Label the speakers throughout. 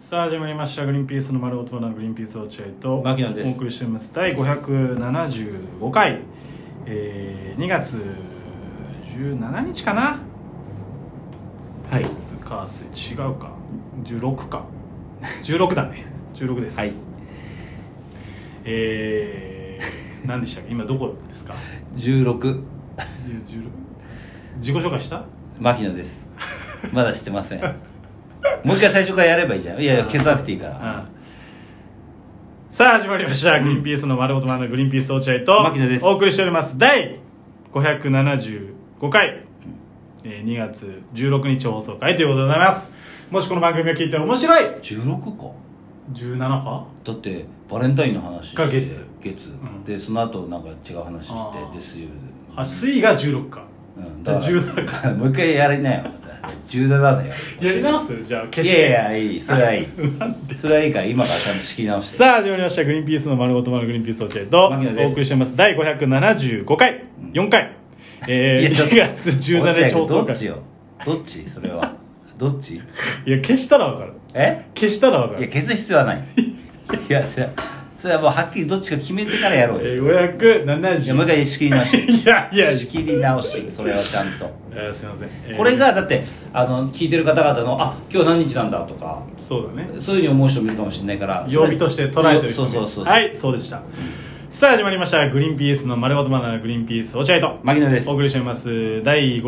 Speaker 1: さあ始まりました「グリーンピースの丸音のグリーンピース落合」と
Speaker 2: 牧野です
Speaker 1: お送りしております第575回、えー、2月17日かな
Speaker 2: はい
Speaker 1: か違うか16か16だね16です
Speaker 2: はい
Speaker 1: えー、何でしたっけ今どこですかい
Speaker 2: 16
Speaker 1: や16自己紹介した
Speaker 2: 牧野ですまだ知ってませんもう一回最初からやればいいじゃんいやいや消さなくていいから
Speaker 1: さあ始まりました「グリーンピースの丸ごと学んだグリーンピース落合」と
Speaker 2: 牧野です
Speaker 1: お送りしております第575回、えー、2月16日放送回ということでございますもしこの番組を聞いて面白い
Speaker 2: 16か
Speaker 1: 17か
Speaker 2: だってバレンタインの話して
Speaker 1: が月
Speaker 2: 月
Speaker 1: ん
Speaker 2: でその後なんか違う話し
Speaker 1: あー
Speaker 2: てですよ
Speaker 1: あ水が16か
Speaker 2: うん、
Speaker 1: じゃあ
Speaker 2: だから もう一回やりなよ17だよ
Speaker 1: やり直すじゃあ消
Speaker 2: い
Speaker 1: し
Speaker 2: や
Speaker 1: て
Speaker 2: いやいいそれはいい それはいいから今からちゃんと仕切り直して
Speaker 1: さあ始まりました「グリーンピースの丸ごと丸グリーンピース落合」と
Speaker 2: 牧野です
Speaker 1: お送りしております第575回4回、え
Speaker 2: い
Speaker 1: ー、
Speaker 2: やちょっと
Speaker 1: 2月17日放送
Speaker 2: どっ
Speaker 1: 回
Speaker 2: ち
Speaker 1: い
Speaker 2: よどっちそれはどっち
Speaker 1: や消したら分かる
Speaker 2: え
Speaker 1: 消したら分か
Speaker 2: いや
Speaker 1: る
Speaker 2: 消す必要はない いやそれはそれはもうはっきりどっちか決めてからやろうよ、
Speaker 1: え
Speaker 2: い
Speaker 1: ー、
Speaker 2: やも
Speaker 1: 570
Speaker 2: う一回仕切り直し
Speaker 1: いやいや
Speaker 2: 仕切り直しそれはちゃんと
Speaker 1: えーすいません、えー
Speaker 2: これがだってあの聞いてる方々の「あ今日何日なんだ」とか
Speaker 1: そうだね
Speaker 2: そういうふうに思う人もいるかもしれないから
Speaker 1: 曜日として捉えてる人
Speaker 2: そう
Speaker 1: も
Speaker 2: そうそうそう
Speaker 1: はいそうでしたさあ始まりました「グリーンピースの丸ごとバナナグリーンピース落合と」
Speaker 2: 牧野です
Speaker 1: お送りしております第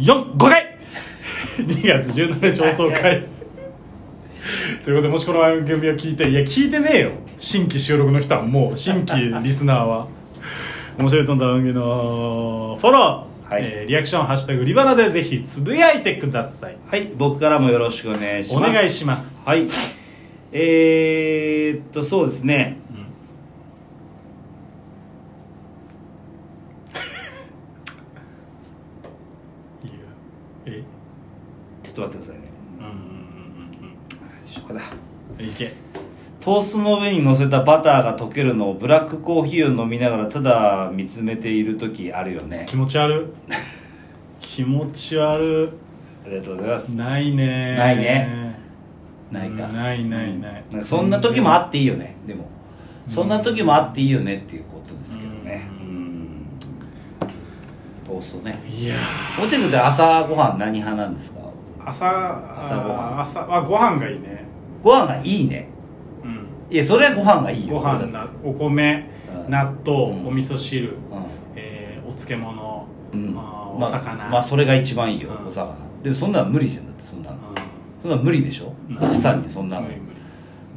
Speaker 1: 574 5回 2月17日放送回ということでもしこの番組を聞いていや聞いてねえよ新規収録の人はもう新規リスナー は面白いとんだ番組のフォロー、
Speaker 2: はい
Speaker 1: えーリアクション「ハッシュタグリバナ」でぜひつぶやいてください
Speaker 2: はい僕からもよろしくお願いし
Speaker 1: お
Speaker 2: ます
Speaker 1: 願いします、
Speaker 2: はいえー、っとそうですね
Speaker 1: いやえ
Speaker 2: ちょっと待ってくださいね
Speaker 1: うんうん
Speaker 2: ちょっとこれだ
Speaker 1: うんうんいけ
Speaker 2: トーストの上に乗せたバターが溶けるのをブラックコーヒーを飲みながらただ見つめている時あるよね
Speaker 1: 気持ち悪 い気持ち悪
Speaker 2: ありがとうございます
Speaker 1: いないね
Speaker 2: ないねないか
Speaker 1: うんないないない
Speaker 2: んかそんな時もあっていいよねでもそんな時もあっていいよねっていうことですけどね
Speaker 1: う
Speaker 2: うんトーストね
Speaker 1: いやー
Speaker 2: おちんくんって朝ごはん何派なんですか
Speaker 1: 朝
Speaker 2: 朝ごはん
Speaker 1: あ朝あご飯がいいね
Speaker 2: ご飯がいいね
Speaker 1: うん
Speaker 2: いやそれはご飯がいいよ
Speaker 1: ご飯
Speaker 2: だっ
Speaker 1: な
Speaker 2: て
Speaker 1: お米
Speaker 2: うん
Speaker 1: 納豆、
Speaker 2: うん
Speaker 1: お味噌汁、
Speaker 2: う
Speaker 1: えーお漬物、
Speaker 2: んうん
Speaker 1: まあ、お
Speaker 2: ま
Speaker 1: 魚、
Speaker 2: あまあそれが一番いいよ
Speaker 1: うん
Speaker 2: お魚でもそんなの無理じゃんだってそんなの
Speaker 1: う
Speaker 2: そんなの無理でしょ
Speaker 1: うん、
Speaker 2: 奥さんにそんなんの
Speaker 1: 無理無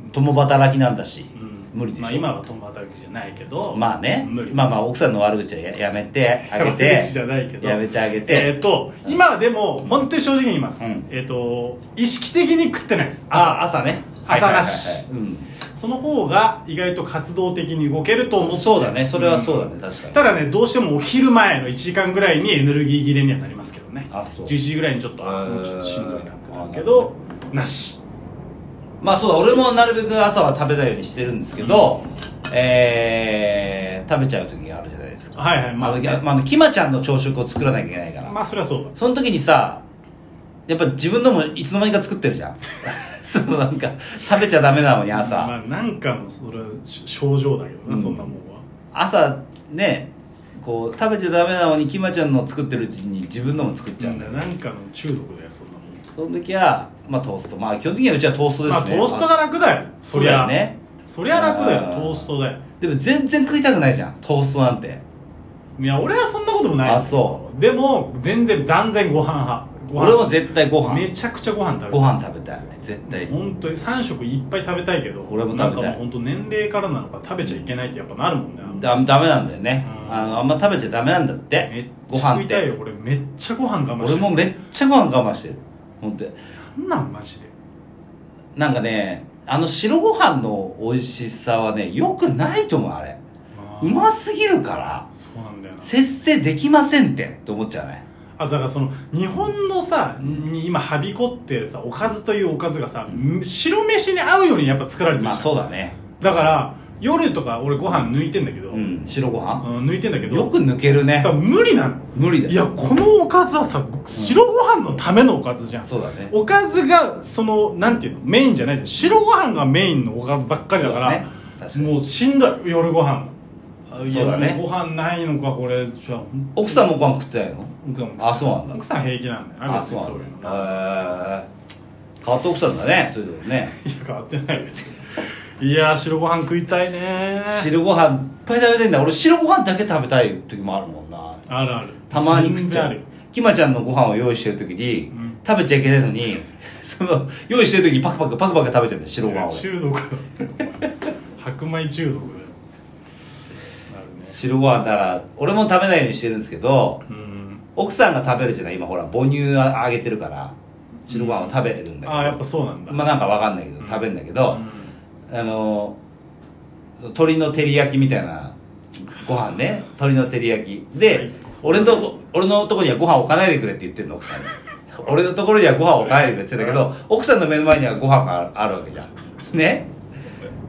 Speaker 1: 理
Speaker 2: 共働きなんだし
Speaker 1: うん
Speaker 2: 無理でしょ
Speaker 1: まあ、今は共働きじゃないけど
Speaker 2: まあね
Speaker 1: 無理
Speaker 2: まあまあ奥さんの悪口はややめてあげ
Speaker 1: 悪口じ
Speaker 2: て
Speaker 1: ゃないけど
Speaker 2: やめてあげて、
Speaker 1: えっ、と今はでも本当に正直に言います、
Speaker 2: うん
Speaker 1: えっ、と意識的に食ってないです
Speaker 2: あ朝ね
Speaker 1: 朝なし
Speaker 2: はいはいはいはい
Speaker 1: その方が意外と活動的に動けると
Speaker 2: う
Speaker 1: 思っ
Speaker 2: ん、
Speaker 1: て
Speaker 2: そうだねそれはそうだね、確かに
Speaker 1: ただねどうしてもお昼前の1時間ぐらいにエネルギー切れにはなりますけどね
Speaker 2: あそう
Speaker 1: 11時ぐらいにちょっとあ
Speaker 2: へー
Speaker 1: もうちょっとしんどいなってなるけどなし
Speaker 2: まあそうだ俺もなるべく朝は食べないようにしてるんですけど、えー、食べちゃう時があるじゃないですか
Speaker 1: はいはいま
Speaker 2: まあ
Speaker 1: あ、
Speaker 2: あのまああのきまちゃんの朝食を作らなきゃいけないから、
Speaker 1: まあそれはそうだ
Speaker 2: その時にさやっぱ自分のもいつの間にか作ってるじゃん そのなんか食べちゃダメなのに朝、
Speaker 1: まあ、なんかのそれは症状だけどな、
Speaker 2: うん
Speaker 1: そんなもんは
Speaker 2: 朝ねこう食べちゃダメなのにきまちゃんの作ってるうちに自分のも作っちゃうんだよね、
Speaker 1: なんかの中毒だよそんなもん
Speaker 2: その時はまあトーストまあ基本的にはうちはトーストで
Speaker 1: まあ
Speaker 2: す
Speaker 1: ト
Speaker 2: ね、
Speaker 1: ーストが楽だよそ
Speaker 2: そう
Speaker 1: り
Speaker 2: だ
Speaker 1: ゃ
Speaker 2: よね
Speaker 1: そりゃ楽だよ
Speaker 2: あー
Speaker 1: トーストだよ
Speaker 2: でも全然食いたくないじゃんトーストなんて
Speaker 1: いや俺はそんなこともない
Speaker 2: あそう
Speaker 1: でも全然断然ご飯派ご飯
Speaker 2: 俺も絶対ご
Speaker 1: め
Speaker 2: 飯
Speaker 1: ちゃくちゃご飯食べたい
Speaker 2: ご飯食べたい絶対に
Speaker 1: 本当に3食いっぱい食べたいけど
Speaker 2: 俺も食べたい
Speaker 1: なんかもう本当年齢からなのか食べちゃいけないってやっぱなるもんね
Speaker 2: だダメなんだよね
Speaker 1: うん
Speaker 2: あのあんま食べちゃダメなんだっ
Speaker 1: めって
Speaker 2: ご
Speaker 1: ちゃ食
Speaker 2: 飯っ
Speaker 1: いたい
Speaker 2: て
Speaker 1: よ俺めっちゃご飯我慢して
Speaker 2: 俺
Speaker 1: る
Speaker 2: もめっちゃご飯我慢してる本当に
Speaker 1: なんなんマジで
Speaker 2: なんかねあの白ご飯の美味しさはねよくないと思うあれ
Speaker 1: あー
Speaker 2: うますぎるから
Speaker 1: そうなんだよな
Speaker 2: 節制できませんってって思っちゃうね
Speaker 1: あだからその日本のさに今はびこってるさおかずというおかずがさ、白飯に合うようにやっぱ作られてるじゃん
Speaker 2: まあそうだね
Speaker 1: だから夜とか俺ご飯抜いてんだけど、
Speaker 2: うん白ご飯、
Speaker 1: うん抜いてんだけど
Speaker 2: よく抜けるね
Speaker 1: 多分無理なの
Speaker 2: 無理だよ
Speaker 1: いやこのおかずはさ白ご飯のためのおかずじゃん、
Speaker 2: そうだね
Speaker 1: おかずがそのなんていうのメインじゃないじゃん白ご飯がメインのおかずばっかりだから
Speaker 2: そうだね確かに
Speaker 1: もうしんどい夜ご飯あいや
Speaker 2: そうだね
Speaker 1: もご飯ないのかこれじゃあ
Speaker 2: 奥さんもご飯食ってないの
Speaker 1: 奥さんも
Speaker 2: あそうなんだ
Speaker 1: 奥さん平気なんだよ
Speaker 2: あ
Speaker 1: 別
Speaker 2: そう
Speaker 1: に
Speaker 2: なん
Speaker 1: い
Speaker 2: だ
Speaker 1: の
Speaker 2: へえ変わった奥さんだねそういうのね
Speaker 1: いや変わってない別にいや白ご飯食いたいね
Speaker 2: 白ご飯いっぱい食べてんだ俺白ご飯だけ食べたい時もあるもんな
Speaker 1: あるある
Speaker 2: たまに食っ
Speaker 1: 全
Speaker 2: ち
Speaker 1: 然
Speaker 2: ゃ
Speaker 1: あ
Speaker 2: う
Speaker 1: る
Speaker 2: きまちゃんのご飯を用意してる時に、
Speaker 1: ん
Speaker 2: 食べちゃいけないのに その用意してる時にパクパクパクパク食べちゃうんだよ白ご飯を
Speaker 1: 中毒だ白米中毒だよあるね
Speaker 2: 白ご飯なら俺も食べないようにしてるんですけど
Speaker 1: うん
Speaker 2: 奥さんが食べるじゃない今ほら母乳あげてるから白ご飯を食べてるんだけど、
Speaker 1: ああやっぱそうなんだ、
Speaker 2: まあなんかわかんないけど、
Speaker 1: うん
Speaker 2: 食べるんだけど、あのそう鶏の照り焼きみたいなご飯ね鶏の照り焼き
Speaker 1: 最
Speaker 2: で
Speaker 1: 高
Speaker 2: 俺のとこ俺のとこにはご飯置かないでくれって言ってるの 奥さんに俺のところにはご飯置かないでくれって言ってたけど奥さんの目の前にはご飯があるあるわけじゃんね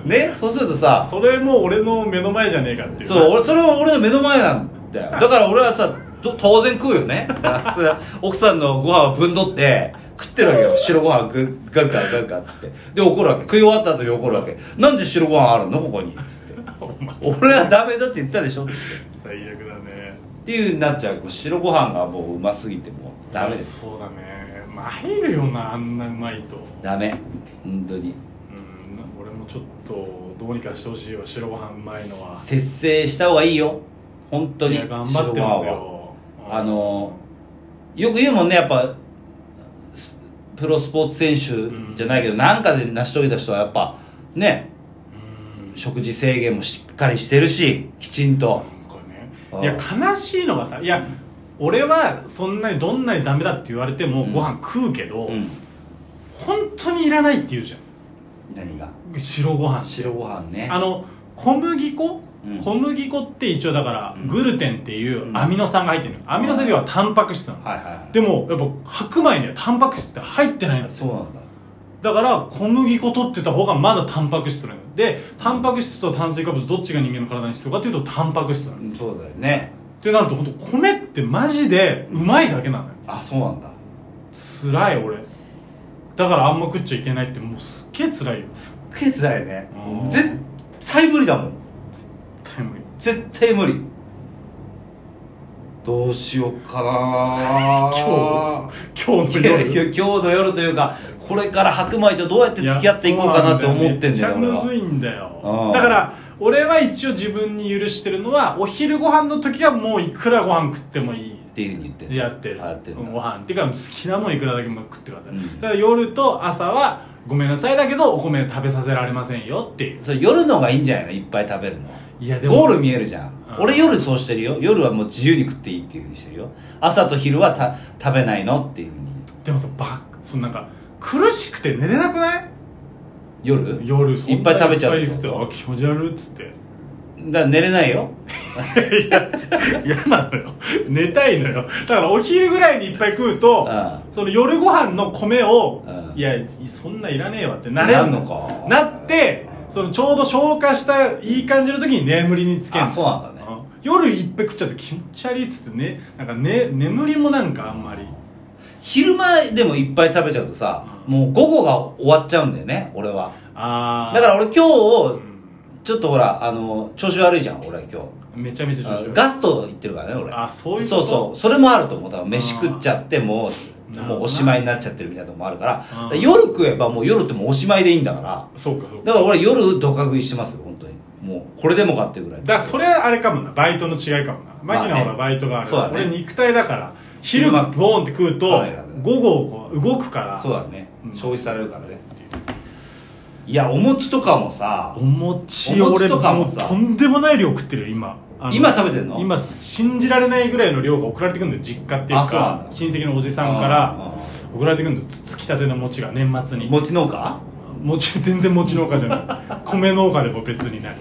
Speaker 2: ねそうすると
Speaker 1: うん
Speaker 2: さ
Speaker 1: それもう俺の目の前じゃねえかっていう
Speaker 2: そう俺それは俺の目の前なんだよだから俺はさど当然食うよ ねだからそれは奥さんのご飯をぶんどって食ってる わけよ白ご飯ぐガンガンガンガンっつってで怒るわけ食い終わった後に怒るわけなんで白ご飯あるのここにっつ って
Speaker 1: お前
Speaker 2: 俺はダメだって言ったでしょっつって
Speaker 1: 最悪だね
Speaker 2: っていうなっちゃうもう白ご飯がもううますぎてもうダメです
Speaker 1: そうだねまあ入るよなあんなうまいと
Speaker 2: ダメ本当に
Speaker 1: うん俺もちょっとどうにかしてほしいわ白ご飯うまいのは
Speaker 2: 節制した方がいいよ本当
Speaker 1: い
Speaker 2: に
Speaker 1: や頑張ってますようん
Speaker 2: あのよく言うもんねやっぱすプロスポーツ選手じゃないけど、なんかで成し遂げた人はやっぱね
Speaker 1: うん
Speaker 2: 食事制限もしっかりしてるしきちんと
Speaker 1: なんかね
Speaker 2: あ
Speaker 1: いや悲しいのがさいや俺はそんなにどんなにダメだって言われても
Speaker 2: うん
Speaker 1: ご飯食うけど、
Speaker 2: うん
Speaker 1: 本当にいらないって言うじゃ
Speaker 2: 何が
Speaker 1: ん白ご飯
Speaker 2: 白ご飯ね
Speaker 1: あの小麦粉、
Speaker 2: うん
Speaker 1: 小麦粉って一応だから
Speaker 2: うん
Speaker 1: グルテンっていう
Speaker 2: うん
Speaker 1: アミノ酸が入ってるのアミノ酸っていうのはタンパク質なの、
Speaker 2: はいはいはい
Speaker 1: でもやっぱ白米にはタンパク質って入ってないんだって
Speaker 2: そうなんだ
Speaker 1: だから小麦粉取ってた方がまだタンパク質なのでタンパク質と炭水化物どっちが人間の体に必要かっていうとタンパク質なの
Speaker 2: うんそうだよね
Speaker 1: ってなると本当米ってマジでうまいだけなのよ
Speaker 2: あそうなんだ
Speaker 1: 辛い俺だからあんま食っちゃいけないってもうすっげえ辛いよ
Speaker 2: すっげえ辛いね
Speaker 1: うん
Speaker 2: 絶対無理だもん
Speaker 1: タイムリー
Speaker 2: 絶対無理どうしようかな
Speaker 1: 今今日
Speaker 2: い
Speaker 1: の
Speaker 2: や
Speaker 1: 夜
Speaker 2: いや今日の夜というかこれから白米とどうやって付き合っていこうかなって思ってんだよ
Speaker 1: め
Speaker 2: 俺
Speaker 1: っちゃむ
Speaker 2: は
Speaker 1: ずいんだ
Speaker 2: う
Speaker 1: よ
Speaker 2: ん
Speaker 1: だから俺は一応自分に許してるのはお昼ご飯の時はもういくらご飯食ってもいい
Speaker 2: っていうふうに言ってんだ
Speaker 1: やってる
Speaker 2: やってんだ
Speaker 1: ご飯っていうか好きなもんいくらだけも食ってください、
Speaker 2: うん
Speaker 1: ただ夜と朝はごめんなさいだけどお米食べさせられませんよっていう
Speaker 2: それ夜のがいいんじゃないのいっぱい食べるの
Speaker 1: いやでも
Speaker 2: ゴール見えるじゃん
Speaker 1: うん
Speaker 2: 俺夜そうしてるよ夜はもう自由に食っていいっていうふうにしてるよ朝と昼はた食べないのっていうふうに
Speaker 1: でもさばそのなんか苦しくて寝れなくない
Speaker 2: 夜
Speaker 1: 夜
Speaker 2: いっぱい食べちゃう
Speaker 1: いっぱい食ってあ気持ち悪いっつって
Speaker 2: だから寝れないよ
Speaker 1: いや嫌なのよ寝たいのよだからお昼ぐらいにいっぱい食うと
Speaker 2: う
Speaker 1: その夜ご飯の米を
Speaker 2: うん
Speaker 1: いやそんないらねえわってなれる
Speaker 2: なんのか
Speaker 1: なってそのちょうど消化したいい感じの時に眠りにつける
Speaker 2: あそうなんだね
Speaker 1: 夜いっぱい食っちゃって気持ち悪いっつってねなんかね眠りもなんかあんまり
Speaker 2: 昼間でもいっぱい食べちゃうとさもう午後が終わっちゃうんだよね俺は
Speaker 1: ああ
Speaker 2: だから俺今日
Speaker 1: う
Speaker 2: を
Speaker 1: ん
Speaker 2: ちょっとほらあの調子悪いじゃん俺今日
Speaker 1: めちゃめちゃ
Speaker 2: あ
Speaker 1: 調子悪い
Speaker 2: ガスト行ってるからね俺
Speaker 1: あそういうこと
Speaker 2: そうそうそれもあると思う多分飯
Speaker 1: あー
Speaker 2: 食っちゃっても
Speaker 1: なる
Speaker 2: う
Speaker 1: ほどな
Speaker 2: もうおしまいになっちゃってるみたいなのもあるから
Speaker 1: あー
Speaker 2: 夜食えばもう夜ってもうおしまいでいいんだから
Speaker 1: そうかそうか
Speaker 2: だから俺夜ドカ食いしてますよ本当にもうこれでもかっていうぐらい
Speaker 1: だからそれはあれかもなバイトの違いかもなマキナはほら
Speaker 2: まあ
Speaker 1: バイトがある、
Speaker 2: そうだね
Speaker 1: 俺肉体だから昼
Speaker 2: 昼間
Speaker 1: ボーンって食うと、
Speaker 2: はいはい
Speaker 1: 午後こう動くから
Speaker 2: そうだね、
Speaker 1: うん
Speaker 2: 消費されるからねいやお餅とかもさ
Speaker 1: お餅
Speaker 2: お餅とかもさ
Speaker 1: 俺うとんでもない量食ってるよ今あの
Speaker 2: 今食べてんの
Speaker 1: 今信じられないぐらいの量が送られてくるんだよ実家っていう
Speaker 2: あそうなん
Speaker 1: か
Speaker 2: だ
Speaker 1: 親戚のおじさんか
Speaker 2: うん
Speaker 1: ら
Speaker 2: うん
Speaker 1: 送られてくるんだよつきたての餅が年末に
Speaker 2: 餅農家
Speaker 1: 餅全然餅農家じゃない米農家でも別にない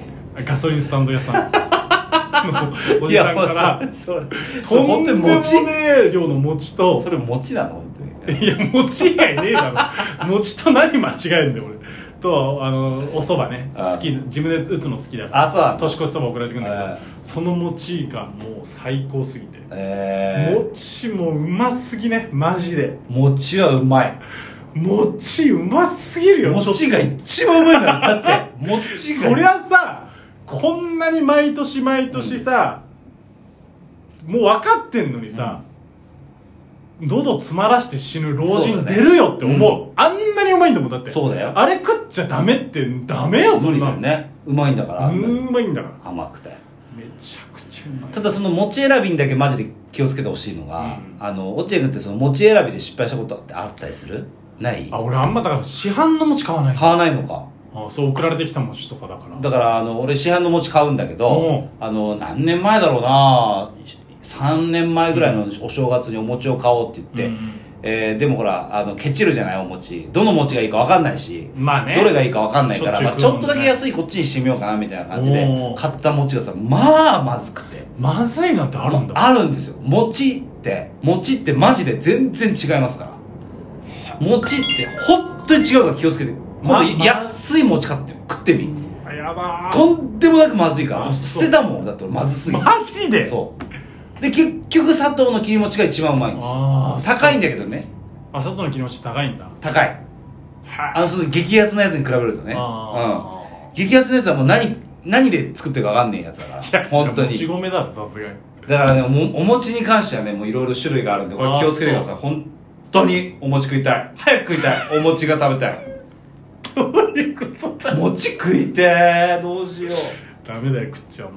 Speaker 1: ガソリンスタンド屋さ んのおじさんから
Speaker 2: いやもうそれそれ
Speaker 1: とん
Speaker 2: 本当
Speaker 1: で
Speaker 2: に
Speaker 1: もね
Speaker 2: 餅
Speaker 1: え量の餅と
Speaker 2: それ餅なの本当に
Speaker 1: いや餅以外ねえだろ餅と何間違えんだよ俺とあのお蕎麦ね
Speaker 2: あ
Speaker 1: 好き自分で打つの好きだか
Speaker 2: あそうなん
Speaker 1: ら
Speaker 2: だ
Speaker 1: 年越しそば送られてくるん
Speaker 2: は
Speaker 1: だ
Speaker 2: い
Speaker 1: けどそのもちがもう最高すぎて
Speaker 2: え
Speaker 1: もちもうますぎねマジで
Speaker 2: ー、餅はうまい
Speaker 1: もちうますぎるよちょっと
Speaker 2: 餅が一番うまいんだよだって餅が
Speaker 1: そりゃさこんなに毎年毎年さ、もう分かってんのにさ、喉詰まらして死ぬ老
Speaker 2: そう
Speaker 1: 人
Speaker 2: だね
Speaker 1: 出るよって思うあんなにうまいんだもんだって
Speaker 2: そうだよ
Speaker 1: あれ食っちゃダメってダメよそ
Speaker 2: 無
Speaker 1: ん
Speaker 2: 理
Speaker 1: な
Speaker 2: だ
Speaker 1: の
Speaker 2: よねうまいんだからあ
Speaker 1: うん
Speaker 2: なの
Speaker 1: んうまいんだから
Speaker 2: 甘くて
Speaker 1: めちゃくちゃうまい
Speaker 2: ただその餅選びにだけマジで気をつけてほしいのが、
Speaker 1: うん
Speaker 2: あの落合君ってその餅選びで失敗したことってあったりするない
Speaker 1: あ俺あんまだから市販の餅買わない
Speaker 2: 買わないのか
Speaker 1: あそう送られてきた餅とかだから
Speaker 2: だからあの俺市販の餅買うんだけどあの何年前だろうな3年前ぐらいのお正月にお餅を買おうって言って、えーでもほらあのケチるじゃないお餅どの餅がいいか分かんないし、
Speaker 1: うんまあね
Speaker 2: どれがいいか分かんないから、
Speaker 1: しょ
Speaker 2: まあ、
Speaker 1: っ
Speaker 2: ち
Speaker 1: ちゅう食うもん
Speaker 2: ょっ
Speaker 1: ね
Speaker 2: とだけ安いこっちにしてみようかなみたいな感じで
Speaker 1: おー
Speaker 2: 買った餅がさまあまずくて
Speaker 1: まずいなんてあるんだ
Speaker 2: あるんですよ餅って餅ってマジで全然違いますから餅って本当に違うから気をつけて今
Speaker 1: ま
Speaker 2: 度
Speaker 1: ま
Speaker 2: 安い餅買って食ってみ
Speaker 1: あやばー
Speaker 2: とんでもなくまずいから
Speaker 1: あそ
Speaker 2: 捨
Speaker 1: う
Speaker 2: てたもん俺だって俺まずすぎて
Speaker 1: マジで
Speaker 2: そうで結局砂糖の切り餅が一番うまいんですよ
Speaker 1: あー
Speaker 2: 高いんだけどね
Speaker 1: あ外の気持ち高いんだ
Speaker 2: 高い
Speaker 1: は
Speaker 2: あのその激安なやつに比べるとねうん
Speaker 1: あ
Speaker 2: 激安なやつはもう何何で作ってるか分かんねえやつだか
Speaker 1: ー
Speaker 2: ら本当
Speaker 1: もち
Speaker 2: に
Speaker 1: 米だろさすがに
Speaker 2: だからねもお餅に関してはねもういろいろ種類があるんでこれ
Speaker 1: あー
Speaker 2: 気をつけてください本当にお餅食いたい早く食いたいお餅が食べたい
Speaker 1: どういうこと
Speaker 2: 餅食いてーどうしよう
Speaker 1: ダメだよ食っちゃうもう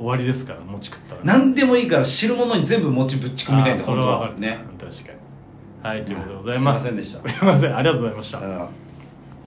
Speaker 1: 終わりですから餅食ったら
Speaker 2: 何でもいいから汁物に全部餅ぶっち込みたいん
Speaker 1: あー
Speaker 2: だ
Speaker 1: そ
Speaker 2: 本
Speaker 1: れ
Speaker 2: 当
Speaker 1: はわか
Speaker 2: は
Speaker 1: る
Speaker 2: ね
Speaker 1: 確かにはいということでございます
Speaker 2: すいませんでした
Speaker 1: すいませんありがとうございました
Speaker 2: うん